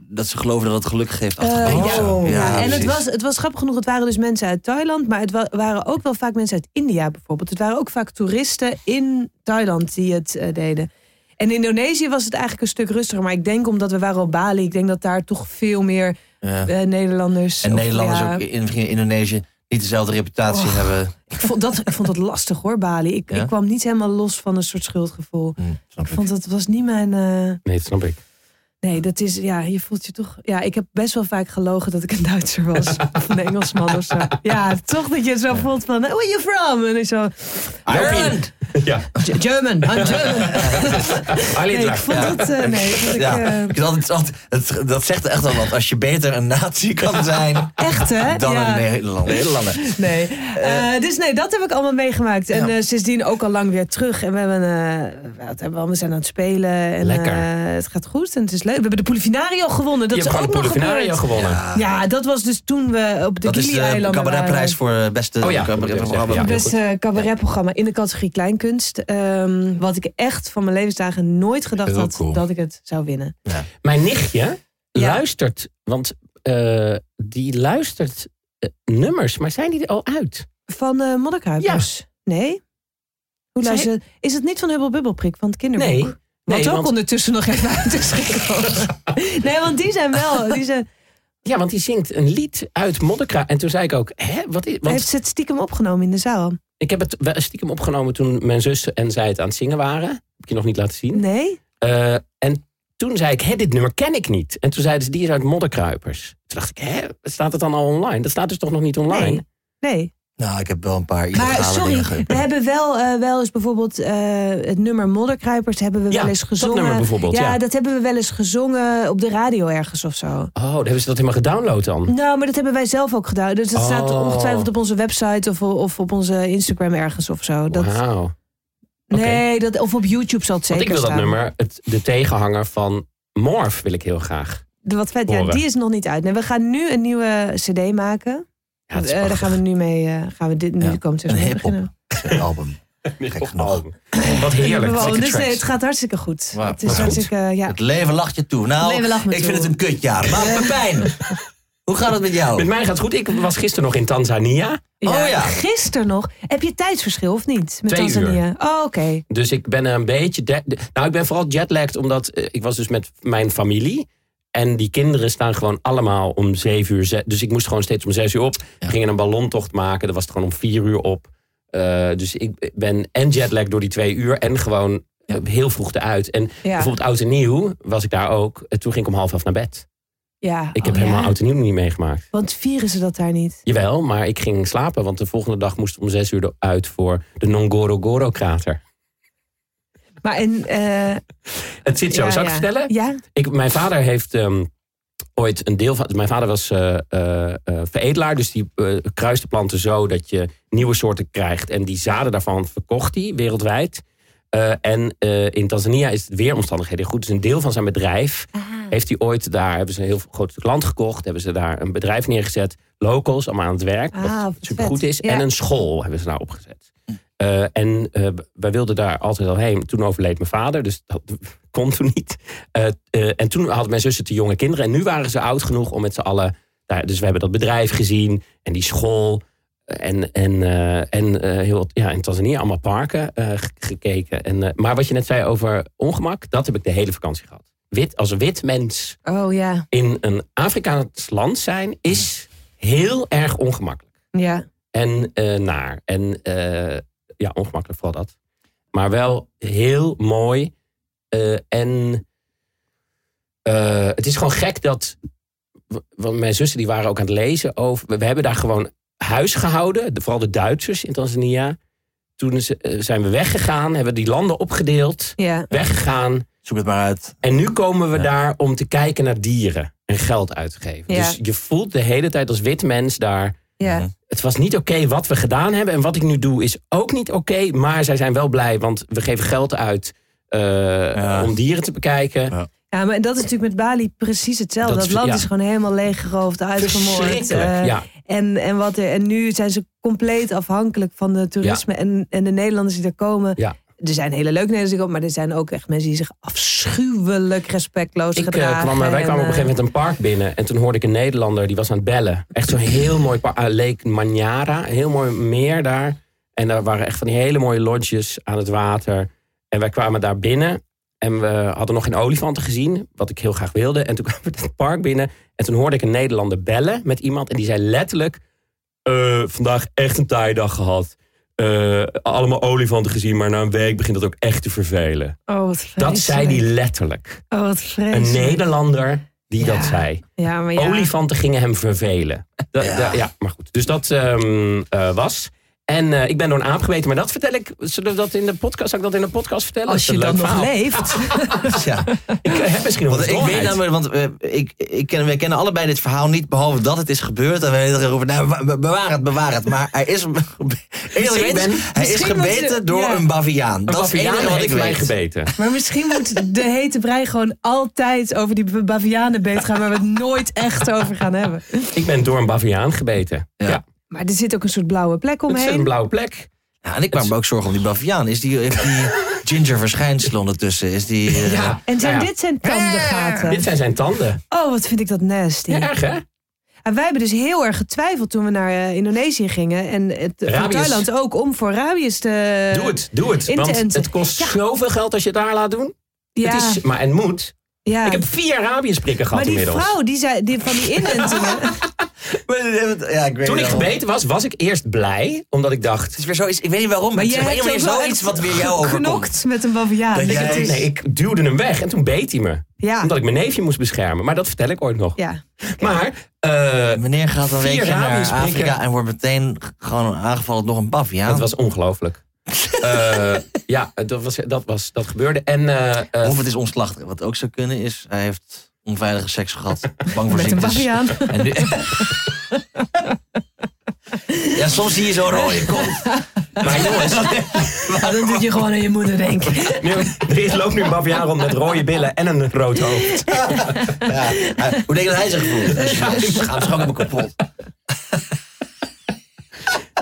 B: dat ze geloven dat het geluk geeft
C: Eh,
B: achtergrond of
C: ja.
A: Oh.
B: zo?
C: Ja, en het
B: Oh, precies.
C: was, het was grappig genoeg, het waren dus mensen uit Thailand, maar het wa- waren ook wel vaak mensen uit India bijvoorbeeld. Het waren ook vaak toeristen in Thailand die het eh, deden. En in Indonesië was het eigenlijk een stuk rustiger, maar ik denk omdat we waren op Bali, ik denk dat daar toch veel meer
B: Ja.
C: eh, Nederlanders.
B: En
C: of,
B: Nederlanders
C: ja, Oh.
B: ook in, misschien in Indonesië niet dezelfde reputatie
C: Och.
B: hebben.
C: Ik vond, dat, ik vond dat lastig hoor, Bali. Ik,
B: Ja?
C: ik kwam niet helemaal los van een soort schuldgevoel.
B: Hm, snap
C: Ik
B: ik.
C: vond dat was niet mijn. eh,
A: Nee, dat snap ik.
C: Nee, dat is, ja, je voelt je toch... Ja, ik heb best wel vaak gelogen dat ik een Duitser was. of een Engelsman of zo. Ja, toch dat je zo voelt van, where are you from? En ik zo, Ireland!
A: Ja.
C: G- German, I'm German.
A: Alleen
C: Nee, ik vond dat... eh,
B: [laughs]
C: nee, ik vond ik,
B: Ja,
C: eh,
B: ik had het altijd- het- dat zegt echt wel wat. Als je beter een nazi
C: [laughs]
B: kan zijn
C: echt, hè?
B: dan
C: ja.
B: een Nederlander. Nederlander.
C: Nee. Eh, dus nee, dat heb ik allemaal meegemaakt. En
B: Ja.
C: eh, sindsdien ook al lang weer terug. En we, hebben, eh, wat hebben we, allemaal? we zijn aan het spelen. En,
A: Lekker.
C: eh, het gaat goed en het is leuk. We hebben de Polifinario gewonnen. Dat
A: je
C: is
A: hebt
C: ook
A: gewoon de
C: nog
A: Polifinario
C: gebeurd.
A: gewonnen.
C: Ja, dat was dus toen we op de
B: Dat is de
C: Gili-eilanden
B: cabaretprijs
C: waren.
B: voor eh, beste
A: Oh ja,
B: cabaretprogramma.
A: ja.
C: Het
A: heel
C: beste Dus, eh, cabaretprogramma in de categorie kleinkunst. Ehm, wat ik echt van mijn levensdagen nooit gedacht
B: Heel
C: had
B: cool.
C: dat ik het zou winnen.
A: Mijn nichtje
C: Ja.
A: luistert, want eh, die luistert eh, nummers, maar zijn die er al uit?
C: Van eh Modderkuipers? Nee?
A: Zij-
C: Hoe luister Is het niet van Hubbel Bubbelprik van het kinderboek?
A: Nee.
C: Wat
A: Nee,
C: ook
A: want-
C: ondertussen nog even uit is gekomen.
A: [laughs]
C: nee, want die zijn wel... Die zijn,
A: Ja, want die zingt een lied uit Modderkra. En toen zei ik ook, hè, wat is... [laughs] Want
C: Heeft ze het stiekem opgenomen in de zaal?
A: ik heb het wel stiekem opgenomen toen mijn zus en zij het aan het zingen waren. Heb ik je nog niet laten zien.
C: Nee?
A: Eh, en toen zei ik, hè, dit nummer ken ik niet. En toen zeiden ze, die is uit Modderkruipers. Toen dacht ik, hè, staat het dan al online? Dat staat dus toch nog niet online?
C: Nee. Nee.
B: Nou, ik heb wel een paar
C: Maar
B: illegale
C: sorry,
B: dingen ge-
C: we hebben wel, eh, wel eens bijvoorbeeld eh, het nummer Modderkruipers hebben we
A: Ja,
C: wel eens
A: dat
C: gezongen.
A: nummer bijvoorbeeld, ja.
C: dat hebben we wel eens gezongen op de radio ergens of zo.
A: Oh, dan hebben ze dat helemaal gedownload dan?
C: Nou, maar dat hebben wij zelf ook gedaan. Dus dat
A: Oh.
C: staat ongetwijfeld op onze website of, of op onze Instagram ergens of zo. Dat,
A: Wauw.
C: Nee, dat, of op YouTube zal het
A: Want
C: zeker
A: ik wil dat
C: staan.
A: nummer, het, de tegenhanger van Morph wil ik heel graag.
C: De- Wat vet, ja,
A: horen.
C: die is nog niet uit. Nee, we gaan nu een nieuwe cd maken.
A: Ja, het is
C: Eh, daar gaan we nu mee, eh, gaan we dit nu
B: Ja,
C: de komende zes
B: een
C: maanden
B: hip-hop.
C: beginnen.
B: album.
A: [laughs] prachtig.
B: Gek
C: [laughs]
B: genoeg.
A: Wat heerlijk.
C: Gewoon,
B: Lekker
C: dus nee,
B: tracks.
C: het gaat hartstikke goed.
B: Wauw,
C: het is
B: goed.
C: hartstikke, ja.
B: Het leven lacht je toe. Nou,
C: leven lacht me
B: ik
C: toe.
B: vind het een kutjaar. Maar
C: [laughs]
B: Pepijn, hoe gaat het met
A: Met
B: jou?
A: mij gaat het goed. Ik was gisteren nog in Tanzania.
B: Oh ja.
C: Gisteren nog. Heb je tijdsverschil of niet? Met
A: Twee uur.
C: Tanzania. Oh, oké.
A: Dus ik ben er een beetje. de- de- nou, ik ben vooral jetlagged omdat eh, ik was dus met mijn familie. En die kinderen staan gewoon allemaal om zeven uur. ze- Dus ik moest gewoon steeds om zes uur op. We gingen een ballontocht maken. Dat was het gewoon om vier uur op. Eh, dus ik ben en jetlag door die twee uur. En gewoon eh, heel vroeg eruit. En
C: Ja.
A: bijvoorbeeld oud en nieuw was ik daar ook. En toen ging ik om half elf naar bed.
C: ja.
A: Ik
C: Oh,
A: heb
C: ja.
A: helemaal oud en nieuw nog niet meegemaakt.
C: Want vieren ze dat daar niet?
A: Jawel, maar ik ging slapen. Want de volgende dag moest ik om zes uur uit voor de Ngorongoro-krater.
C: Maar in... eh
A: Het zit zo.
C: ja,
A: Zou ik
C: ja.
A: het vertellen?
C: Ja?
A: Ik, mijn vader heeft ehm, ooit een deel van. Mijn vader was eh, eh, eh, veredelaar, dus die eh, kruiste planten zo dat je nieuwe soorten krijgt. En die zaden daarvan verkocht hij wereldwijd. Eh, en eh, in Tanzania is het weeromstandigheden goed. Dus een deel van zijn bedrijf heeft hij ooit daar. Hebben ze een heel groot stuk land gekocht. Hebben ze daar een bedrijf neergezet. Locals, allemaal aan het werk.
C: Ah,
A: Wat
C: wat
A: supergoed
C: vet.
A: is.
C: Ja.
A: En een school hebben ze daar opgezet. Eh, en eh, wij wilden daar altijd al heen. Toen overleed mijn vader, dus dat [laughs] kon toen niet. Eh, eh, en toen hadden mijn zussen te jonge kinderen. En nu waren ze oud genoeg om met z'n allen. daar- dus we hebben dat bedrijf gezien en die school. En, en, eh, en eh, heel, wat- ja, in Tanzania allemaal parken eh, ge- gekeken. En, eh, maar wat je net zei over ongemak, dat heb ik de hele vakantie gehad. Wit, als wit mens
C: Oh ja.
A: in een Afrikaans land zijn is heel erg ongemakkelijk.
C: Ja.
A: En eh, naar. En eh, ja, ongemakkelijk vooral dat. Maar wel heel mooi. Eh, en eh, het is gewoon gek dat. Want mijn zussen die waren ook aan het lezen over. We, we hebben daar gewoon huis gehouden. de- vooral de Duitsers in Tanzania. Toen ze- eh, zijn we weggegaan. Hebben we die landen opgedeeld.
C: Ja.
A: Weggegaan.
B: Zoek het maar uit.
A: En nu komen we
B: Ja.
A: daar om te kijken naar dieren en geld uit te geven.
C: Ja.
A: Dus je voelt de hele tijd als wit mens daar.
C: Ja.
A: Het was niet oké wat we gedaan hebben. En wat ik nu doe is ook niet oké. maar zij zijn wel blij, want we geven geld uit eh,
B: Ja.
A: om dieren te bekijken.
C: Ja, maar dat is natuurlijk met Bali precies hetzelfde.
A: Dat
C: Dat,
A: is-
C: land
A: ja.
C: is gewoon helemaal leeggeroofd, uitgemoord.
A: Verschrikkelijk.
C: eh,
A: ja.
C: en, en, wat er, en nu zijn ze compleet afhankelijk van de toerisme en, en de Nederlanders die daar komen.
A: Ja.
C: Er zijn hele leuke Nederlanders die komen, maar er zijn ook echt mensen die zich afschuwelijk respectloos
A: Ik, eh,
C: gedragen.
A: kwam, wij kwamen op een
C: en, eh,
A: gegeven moment een park binnen. En toen hoorde ik een Nederlander die was aan het bellen. Echt zo'n heel mooi park. eh, Leek Manjara. Een heel mooi meer daar. En daar waren echt van die hele mooie lodges aan het water. En wij kwamen daar binnen. En we hadden nog geen olifanten gezien. Wat ik heel graag wilde. En toen [laughs] kwamen we het park binnen. En toen hoorde ik een Nederlander bellen met iemand. En die zei letterlijk. "Eh, vandaag echt een taaie dag gehad. Eh, allemaal olifanten gezien. Maar na een week begint dat ook echt te vervelen.
C: Oh, wat
A: Dat zei die
C: vreselijk.
A: letterlijk.
C: Oh, wat
A: Een
C: vreselijk.
A: Nederlander die
C: Ja.
A: dat zei.
C: Ja, maar ja.
A: Olifanten gingen hem vervelen. Da- da- ja.
B: Ja.
A: maar goed. Dus dat ehm, eh, was. En eh, ik ben door een aap gebeten, maar dat vertel ik. Zullen we dat in de podcast, zal ik dat in de podcast vertellen?
C: Als
A: Dat
C: je
A: is
C: dan
A: een leuk
C: nog
A: verhaal.
B: [laughs]
C: leeft.
B: Ja.
A: Ik eh, heb misschien nog
B: Want ik weet
A: namelijk.
B: namelijk, want eh, ik, ik ken, wij kennen allebei dit verhaal niet, behalve dat het is gebeurd. En we hebben erover, nou, wa- be- bewaar het, bewaar het. Maar hij is, [laughs]
A: Misschien ben-
B: hij is
C: misschien moet je-
B: gebeten door
C: ja.
B: een baviaan. Dat is het enige wat ik
A: mij
B: weet.
A: gebeten.
C: Maar misschien moet de hete brei gewoon altijd over die bavianenbeet gaan, waar we het nooit echt over gaan hebben.
A: Ik ben door een baviaan gebeten. Ja.
B: Ja.
C: Maar er zit ook een soort blauwe plek
A: Het is een
C: omheen.
A: blauwe plek.
B: Ja, en ik maak me ook zorgen om die baviaan. Is die, heeft [laughs] die ginger verschijnsel ondertussen? Is die, eh,
A: Ja.
C: En zijn,
A: Nou ja,
C: dit zijn tandengaten.
A: Dit zijn zijn tanden.
C: Oh, wat vind ik dat nasty.
A: Ja, erg hè?
C: En wij hebben dus heel erg getwijfeld toen we naar eh, Indonesië gingen. En het, van
A: Rabies.
C: Thailand ook, om voor rabies te...
A: Doe het, doe het.
C: in te
A: Want
C: enten.
A: het kost
C: Ja.
A: zoveel geld als je het daar laat doen.
C: Ja,
A: Het is, maar en moet.
C: ja.
A: Ik heb vier rabiesprikken
C: maar
A: gehad
C: die
A: inmiddels.
C: vrouw die zei, die, van die
A: [laughs]
C: inentingen...
B: ja, ik weet
A: Toen ik
B: het wel.
A: gebeten was, was ik eerst blij. Omdat ik dacht...
B: Het is weer zoiets, ik weet niet waarom.
C: maar
B: het is
C: jij
B: op een
C: hebt
B: of
C: ook
B: andere
C: wel
B: manier
C: echt
B: zoiets wat weer jou overkomt.
C: geknokt met een baviaan.
B: Dat
C: Ik
B: jij-
C: het is-
A: Nee, ik duwde hem weg en toen beet hij me.
C: Ja,
A: Omdat ik mijn neefje moest beschermen. Maar dat vertel ik ooit nog.
C: ja.
A: Maar, eh,
B: Meneer gaat een
A: Vier
B: weekje naar
A: rabiesprikken.
B: Afrika en wordt meteen g- gewoon aangevallen door een baviaan.
A: dat was ongelooflijk. Eh, ja, dat, was, dat, was, dat gebeurde. En eh, eh,
B: Of het is onslachtig. Wat ook zou kunnen is, hij heeft onveilige seks gehad. Bang voor
C: Met een
B: ziektes.
C: baviaan.
A: [laughs]
B: En nu- ja, soms zie je zo'n rode kont.
A: maar jongens,
C: Ja, dat doet je gewoon aan je moeder denken.
A: nu, er is- loopt [laughs] nu een baviaan rond met rode billen en een rood hoofd.
B: Ja, hij- Hoe denk je dat hij zich voelt? Hij schaamt- schaamt zich ook helemaal kapot.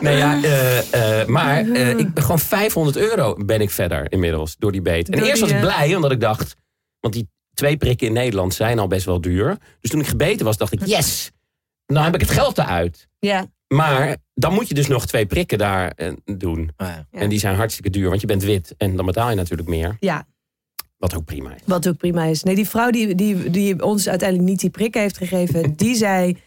A: Nee, Nou ja, eh, eh, maar eh, ik ben gewoon 500 euro ben ik verder inmiddels door die beet. En
C: Door
A: eerst
C: die,
A: was ik
C: eh,
A: blij, omdat ik dacht... Want die twee prikken in Nederland zijn al best wel duur. Dus toen ik gebeten was, dacht ik, yes! Nou heb ik het geld eruit.
C: Ja.
A: Maar dan moet je dus nog twee prikken daar eh, doen.
B: Ja.
C: Ja.
A: En die zijn hartstikke duur, want je bent wit. En dan betaal je natuurlijk meer.
C: Ja,
A: Wat ook prima is.
C: wat ook prima is. Nee, die vrouw die, die, die ons uiteindelijk niet die prik heeft gegeven, die zei...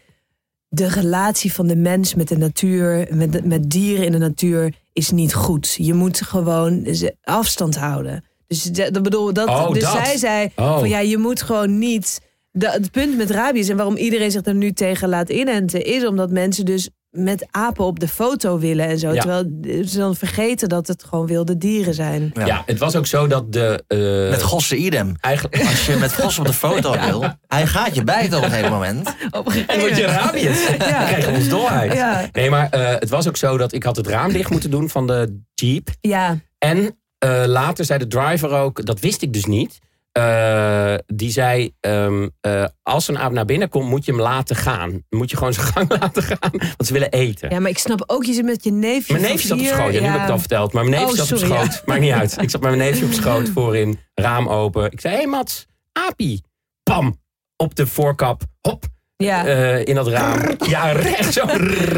C: De relatie van de mens met de natuur, met, de- met dieren in de natuur, is niet goed. Je moet gewoon ze- afstand houden. Dus ze- dat bedoel, dat,
A: Oh,
C: dus
A: dat.
C: zij zei
A: Oh.
C: van ja, je moet gewoon niet... Da- het punt met rabies en waarom iedereen zich er nu tegen laat inenten... is omdat mensen dus met apen op de foto willen en zo.
A: Ja.
C: Terwijl ze dan vergeten dat het gewoon wilde dieren zijn.
A: Ja, het was ook zo dat de... eh,
B: Met gosse idem.
A: Eigenlijk...
B: Als je met gos op de foto wil, hij gaat je bijten op een gegeven moment.
C: Op
A: [laughs] En word je rabies. Dan [laughs]
C: Ja.
A: krijg je ons dolheid.
C: Ja.
A: Nee, maar eh, het was ook zo dat ik had het raam dicht moeten doen van de Jeep.
C: ja,
A: En eh, later zei de driver ook, dat wist ik dus niet. eh, die zei, ehm, eh, als een aap naar binnen komt, moet je hem laten gaan. Moet je gewoon zijn gang [laughs] laten gaan, want ze willen eten.
C: Ja, maar ik snap ook, je zit met je neefje.
A: Mijn neefje
C: van
A: zat op
C: vier,
A: schoot. Ja, nu heb ik het al verteld. Maar mijn neefje
C: Oh,
A: zat op
C: sorry,
A: schoot. Maakt niet uit. Ik zat met mijn
C: [laughs]
A: neefje op schoot voorin. Raam open. Ik zei, hé hey Mats, apie. Pam. Op de voorkap. Hop.
C: Ja.
A: eh, in dat raam. Ja, recht
C: [laughs]
A: zo.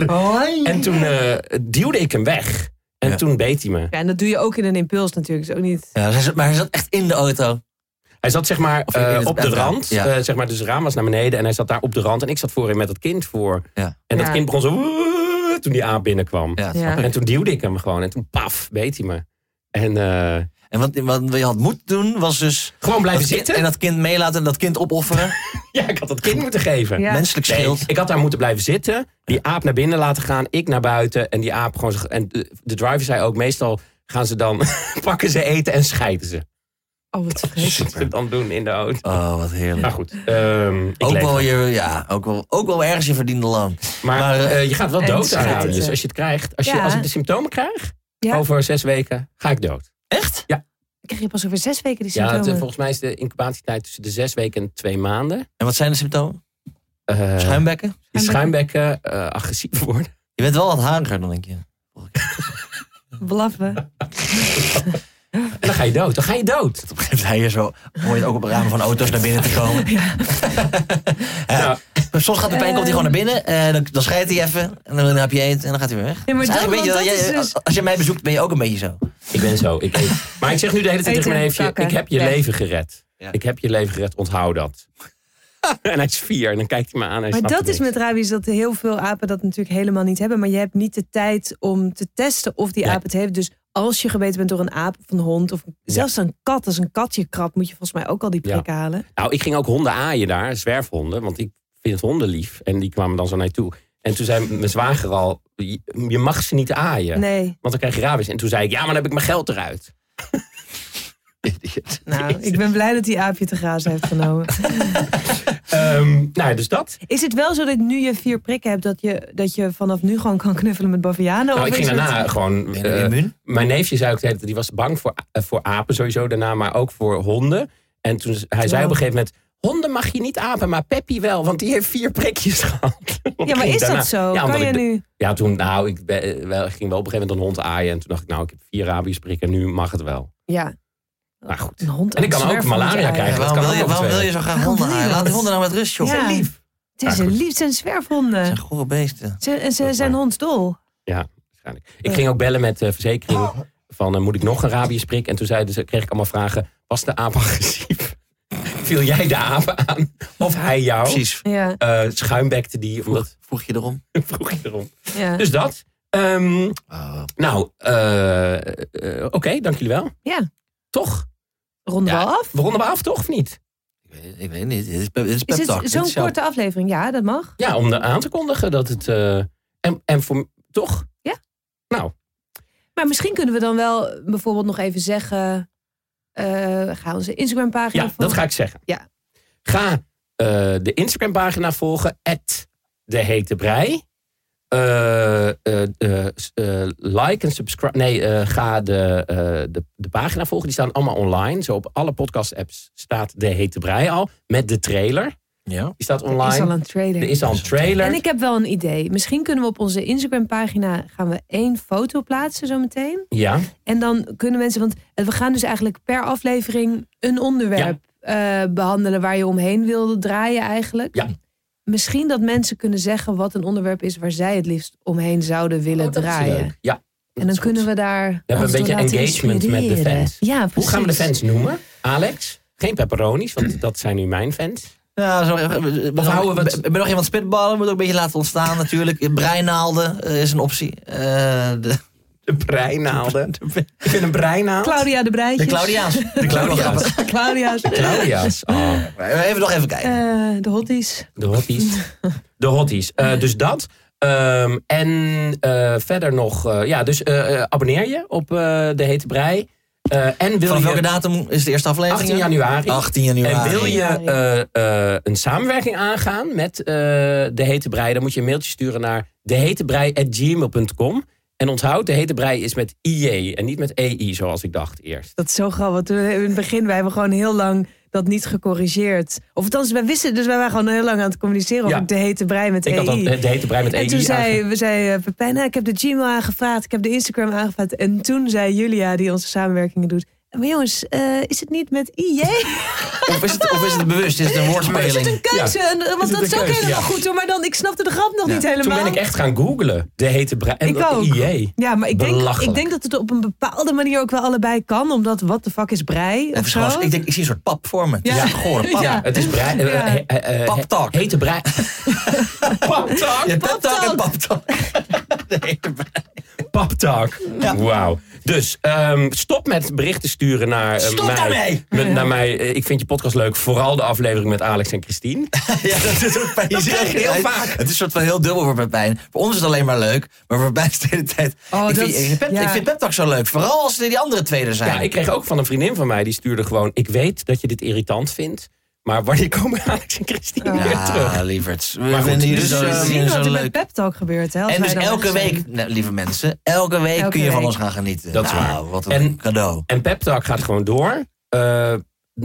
B: Hoi.
A: En toen eh, duwde ik hem weg. En
B: Ja.
A: toen beet hij me.
C: ja, en dat doe je ook in een impuls natuurlijk. Is ook niet...
B: Ja, hij zat- maar hij zat echt in de auto.
A: Hij zat zeg maar
B: Of in
A: eh,
B: het
A: op de
B: raam.
A: rand.
B: Ja.
A: Eh, zeg maar, dus het raam was naar beneden. En hij zat daar op de rand. En ik zat voorin met dat kind voor.
B: Ja.
A: En dat
C: Ja.
A: kind begon zo... [laughs] "Wuh", Toen die aap binnenkwam.
B: Ja,
C: Ja.
B: snap ik.
A: En toen duwde ik hem gewoon. En toen paf, beet hij me. En eh,
B: En wat, wat je had moeten doen, was dus...
A: gewoon blijven
B: dat kind-
A: zitten.
B: En dat kind meelaten en dat kind opofferen.
A: [laughs] Ja, ik had dat kind moeten geven.
C: Ja.
B: Menselijk
A: Nee,
B: schild.
A: ik had daar moeten blijven zitten. Die aap naar binnen laten gaan. Ik naar buiten. En die aap gewoon... zich- En de, de driver zei ook... Meestal gaan ze dan... [laughs] pakken ze eten en scheiden ze.
C: Oh, wat vreselijk.
A: Dat ze dan doen in de auto.
B: Oh, wat heerlijk.
A: Maar Nou goed. ehm, ik
B: ook,
A: leef.
B: wel je, ja, ook, wel, ook wel ergens je verdiende loon.
A: Maar,
B: Maar, eh,
A: eh, je gaat wel
C: en
A: dood
C: scheiden
A: aanhouden.
C: ze.
A: Dus als je het krijgt, als, je,
C: Ja.
A: als ik de symptomen krijg,
C: Ja.
A: over zes weken ga ik dood.
B: Echt?
C: Dan krijg je pas over zes weken die
A: Ja, het,
C: symptomen.
A: eh, volgens mij is de incubatietijd tussen de zes weken en twee maanden.
B: En wat zijn de symptomen?
A: Eh,
B: Schuimbekken?
A: je schuimbekken, eh, agressief worden. [laughs]
B: Je bent wel wat hariger dan ik je.
C: Blaffen.
A: En dan ga je dood. Dan ga je dood.
B: Op een gegeven moment hij hier zo, hoor je het ook op ramen van auto's naar binnen te
A: [laughs]
B: komen. [laughs] Ja.
A: Ja.
B: Soms gaat de pijn, komt hij gewoon naar binnen, eh, dan, dan scheidt hij even, en dan heb je eten en dan gaat hij weer weg.
C: maar
B: Dus
C: dat-
B: eigenlijk
C: want
B: weet je
C: dat
A: eh,
B: jij-
C: is
A: oh,
C: dus-
B: als- Als je mij bezoekt, ben je ook een beetje zo.
A: Ik ben zo. Ik eet. [laughs] Maar ik zeg nu de hele tijd tegen mijn
C: Eten,
A: neefje,
C: kakken,
A: ik heb je
C: weg.
A: leven gered.
B: Ja.
A: Ik heb je leven gered, onthoud
C: [laughs]
A: dat. en hij is vier en dan kijkt hij me aan. en Hij
C: Maar
A: snapt
C: dat
A: er
C: is
A: niks.
C: met rabies dat heel veel apen dat natuurlijk helemaal niet hebben. Maar je hebt niet de tijd om te testen of die
A: Nee.
C: aap het heeft. Dus als je gebeten bent door een aap of een hond of zelfs een kat. Als een katje krabt moet je volgens mij ook al die
A: Ja.
C: prikken halen.
A: Nou, ik ging ook honden aaien daar, zwerfhonden, want ik vind honden lief. En die kwamen dan zo naar je toe. En toen zei mijn zwager al, je je mag ze niet aaien,
C: Nee,
A: want dan krijg je rabies. En toen zei ik, ja, maar dan heb ik mijn geld
C: [laughs]
A: eruit.
C: nou, ik ben blij dat die aap je te grazen heeft genomen.
A: Ehm, nou, dus dat.
C: Is het wel zo dat nu je vier prikken hebt, dat je, dat je vanaf nu gewoon kan knuffelen met bavianen?
A: Nou,
C: Of
A: ik ging
C: is het-
A: daarna gewoon...
B: Ben je
A: eh,
B: immuun?
A: mijn neefje zei ook, de hele tijd, die was bang voor, eh, voor apen sowieso daarna, maar ook voor honden. En toen, hij zei op een gegeven moment, honden mag je niet apen, maar Peppy wel, want die heeft vier prikjes [laughs] gehad.
C: Ja, maar is
A: Daarna-
C: dat zo?
A: Ja, omdat
C: kan je
A: ik de-
C: nu...
A: Ja, toen, nou, ik ben- eh, wel, ging wel op een gegeven moment een hond aaien. En toen dacht ik, nou, ik heb vier rabiesprikken, nu mag het wel.
C: Ja,
A: Maar goed.
C: een hond
A: En ik kan
C: een
A: ook
C: zwerver
A: malaria
C: moet je
A: krijgen.
B: Ja,
A: dat
C: aaien.
B: waarom,
A: kan
B: wil
A: ook
B: je,
A: nog
B: waarom
A: eens
B: wil je zo graag
C: Waarom
B: honden
C: wil je
B: aaien? Laat die
C: dat?
B: honden nou met rust, joh.
C: Ja.
B: Ze
A: lief.
C: Het is
A: Ja,
C: een
A: goed.
C: lief, het zijn zwerfhonden.
B: zijn gore beesten.
C: Ze, ze
A: is
C: zijn
A: waar.
C: hondsdol.
A: Waarschijnlijk. Ik ging ook bellen met de verzekering van, eh, moet ik nog een rabiesprik? En toen zeiden ze, kreeg ik allemaal vragen, was de [laughs] aap agressief? Viel jij de aap aan? Of hij jou?
B: Precies.
C: Ja,
A: Eh, schuimbekte die, omdat
B: Vroeg je erom?
A: [laughs] vroeg je erom.
C: ja.
A: Dus dat. Ehm,
B: Oh.
A: nou, eh, eh, oké, dank jullie wel.
C: Ja.
A: Toch?
C: Ronden we
A: Ja.
C: al af?
A: We ronden we af, toch of niet?
B: Ik weet, ik weet niet. Dit is, pep- dit is
C: Is
B: pep talk.
C: dit
B: Dit
C: zo'n
B: is jouw-
C: korte aflevering? Ja, dat mag.
A: Ja, om er aan te kondigen dat het... eh, en, en voor... Toch?
C: Maar misschien kunnen we dan wel bijvoorbeeld nog even zeggen... eh, ga onze Instagram-pagina
A: Ja, dat
C: volgen.
A: ga ik zeggen.
C: Ja.
A: Ga eh, de Instagram-pagina volgen. At de hete brei. Eh, eh, eh, s- eh, like en subscribe. Nee, eh, ga de, eh, de, de pagina volgen. Die staan allemaal online. Zo op alle podcast-apps staat de hete brei al. Met de trailer.
B: Ja.
A: Die staat
C: Er is al
A: online.
C: een trailer.
A: Er is al een trailer.
C: En ik heb wel een idee. Misschien kunnen we op onze Instagram-pagina gaan we één foto plaatsen zometeen.
A: Ja.
C: En dan kunnen mensen, want we gaan dus eigenlijk per aflevering een onderwerp eh, behandelen waar je omheen wil draaien eigenlijk.
A: Ja.
C: Misschien dat mensen kunnen zeggen wat een onderwerp is waar zij het liefst omheen zouden willen
A: Oh, dat is
C: draaien.
A: leuk. Ja.
C: En dan kunnen we daar. We
A: hebben een beetje engagement met de fans.
C: Ja, precies.
A: Hoe gaan we de fans noemen? Alex? Geen pepperonis, want dat zijn nu mijn fans.
B: Ja, zo, eh, ik ben, nog-
A: houden we het-
B: ik ben nog iemand spitballen, moet ook een beetje laten
A: [laughs]
B: ontstaan natuurlijk. Breinaalden eh, is een optie. Eh, de,
A: De breinaalden. [laughs] Ik vind een breinaald.
C: Claudia de Breitjes.
B: de Claudiaans. De
A: Claudia's.
C: [laughs] Claudia's.
A: Claudia's. Oh.
B: Even nog even kijken.
C: Eh, de hotties.
A: De hotties.
C: [laughs]
A: De hotties. Eh, dus dat. Ehm, en eh, verder nog, eh, ja, dus eh, eh, abonneer je op eh, De Hete Brei. Eh, en wil
B: Vanaf welke
A: je
B: datum is de eerste aflevering?
A: 18 januari.
B: 18 januari.
A: En wil je eh, eh, een samenwerking aangaan met eh, De Hete Brei, dan moet je een mailtje sturen naar dehetebrei.gmail.com. En onthoud, De Hete Brei is met IJ en niet met EI, zoals ik dacht eerst.
C: Dat is zo grappig. want we- In het begin, wij hebben gewoon heel lang dat niet gecorrigeerd. Of althans, wij wisten, dus wij waren gewoon heel lang aan het communiceren over
A: Ja.
C: de hete brei met
A: Ik had dan
C: EI.
A: De Hete Brei met E EI
C: E En toen
A: aange-
C: zei, we zei eh, Pepijn, nou, ik heb de Gmail aangevraagd, ik heb de Instagram aangevraagd. En toen zei Julia, die onze samenwerkingen doet, maar jongens, eh, [laughs] is het niet met IJ?
B: Of is, het, of is het bewust? Is
A: [laughs]
B: het een
C: Is het een
B: woordspeling?
C: keuze? En, eh,
A: het
C: Want dat
A: een
C: is ook
A: keuze?
C: helemaal
A: Ja.
C: goed hoor, maar dan, ik snapte de grap nog
B: Ja.
C: niet helemaal.
A: Toen ben ik echt gaan googlen. De Hete Brei. En E.
C: Ik ook.
A: IJ.
C: Ja, maar ik denk,
A: Belachelijk.
C: ik denk dat het op een bepaalde manier ook wel allebei kan. Omdat wat de fuck is brei?
B: Even
C: Of zo.
B: schoon- Ik, denk, ik zie een soort pap voor me. Het is
C: Ja.
B: een gore pap.
A: Ja, het is brei. eh,
C: Ja.
A: eh, eh, eh,
B: Paptak.
A: Hete
B: [laughs]
A: brei. Paptak?
B: Je hebt
C: paptak.
B: tak en paptak. Nee, de-
A: Paptak. Wauw. Dus ehm, stop met berichten sturen naar eh,
B: Stop
A: mij.
B: daarmee!
A: Met, naar mij. Eh, Ik vind je podcast leuk. Vooral de aflevering met Alex en Christine.
B: Ja, dat is ook pijn.
A: krijg je heel vaak.
B: Het is een soort van heel dubbel voor Pepijn. Voor ons is het alleen maar leuk, maar voor Pepijn is het de hele tijd...
C: Oh,
B: ik,
C: dat-
B: vind, ik, pep,
C: ja.
B: ik vind Pep Talk zo leuk, vooral als er die andere twee er zijn.
A: Ja, ik kreeg ook van een vriendin van mij. Die stuurde gewoon. Ik weet dat je dit irritant vindt. Maar wanneer komen [laughs] Alex en Christine
B: Ja,
A: weer terug?
B: lieverds. We
A: goed,
B: vinden jullie
A: dus,
B: zo,
A: eh,
B: jullie
C: Zien
B: zo
C: wat er met
B: leuk.
C: Pep Talk gebeurt. Hè, als
B: En
C: wij
B: dus
C: daar
B: elke
C: weg zijn.
B: week, nou, lieve mensen, elke week
C: Elke
B: kun je van
C: week.
B: ons gaan genieten.
A: Dat is
B: Nou,
A: waar.
B: wat een
A: En-
B: cadeau.
A: En Peptalk gaat gewoon door. Eh,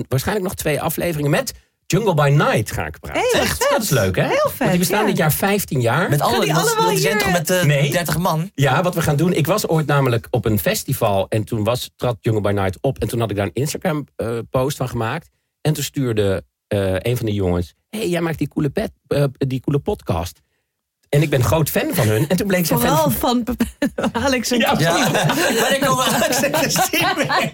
A: waarschijnlijk nog twee afleveringen met Jungle by Night ga ik praten.
C: Hey, wat
A: Echt?
C: vet.
A: Dat is leuk, hè?
C: Heel
A: Want
C: vet,
A: die bestaan
C: ja.
A: dit jaar 15 jaar.
B: Met alle,
C: die
B: dat-
C: allemaal
B: dat zijn
C: hier-
B: toch met eh,
A: Nee.
B: 30 man?
A: Ja, wat we gaan doen. Ik was ooit namelijk op een festival. En toen was, trad Jungle by Night op. En toen had ik daar een Instagram-post van gemaakt. En toen stuurde eh, een van de jongens. Hé, hey, jij maakt die coole, pet, eh, die coole podcast. En ik ben groot fan van hun. En toen bleek ze fan
C: Vooral
A: van
C: van Pep- [laughs] Alex en
A: Ja.
B: Ja, [laughs] maar ik kom [laughs] Alex en Christine weer.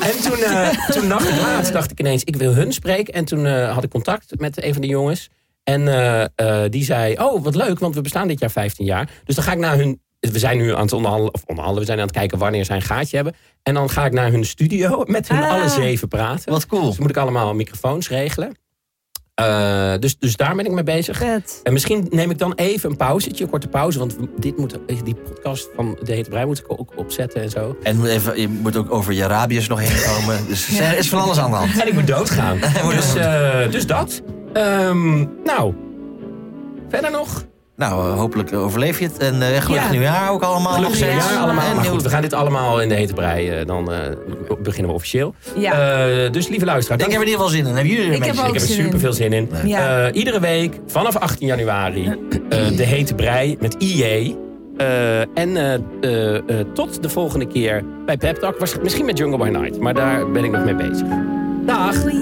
A: En toen, eh, toen dacht ik laatst, dacht ik ineens, ik wil hun spreken. En toen eh, had ik contact met een van de jongens. En eh, eh, die zei, oh wat leuk, want we bestaan dit jaar 15 jaar. Dus dan ga ik naar hun, we zijn nu aan het onderhandelen, of onderhandelen, we zijn aan het kijken wanneer zij een gaatje hebben. En dan ga ik naar hun studio met hun
C: Ah.
A: alle zeven praten.
B: Wat cool.
A: Dus moet ik allemaal microfoons regelen. Eh, dus, dus daar ben ik mee bezig.
C: Vet.
A: En misschien neem ik dan even een pauzetje, een korte pauze. Want we- dit moet, die podcast van De Hete Brei moet ik ook opzetten en zo.
B: En moet even, je moet ook over je Arabiërs nog heen komen. Dus er is van alles aan de hand.
A: En ik moet
C: [laughs]
A: doodgaan. dus, eh, dus dat. Ehm, nou, verder nog.
B: Nou, eh, hopelijk overleef je het. En eh gelukkig
A: Ja.
B: nieuwjaar ook allemaal.
A: Gelukkig
C: Oh, Ja,
A: nieuwjaar allemaal.
B: En
A: Maar
B: nieuw-
A: goed, we gaan dit allemaal in de hete brei. eh, dan eh, beginnen we officieel.
C: Ja.
A: Eh, dus lieve luisteraar,
B: Ik heb er in ieder geval zin in. Hebben jullie er
C: Ik heb
B: mensen
A: ik
C: ook
A: heb er
C: zin in.
A: super veel zin in.
C: Ja.
A: Eh, iedere week vanaf 18 januari eh, de hete brei met IJ. Eh, en eh, eh, eh, tot de volgende keer bij Pep Talk. Waarsch- Misschien met Jungle by Night, maar daar ben ik nog mee bezig. Dag!
C: Doei.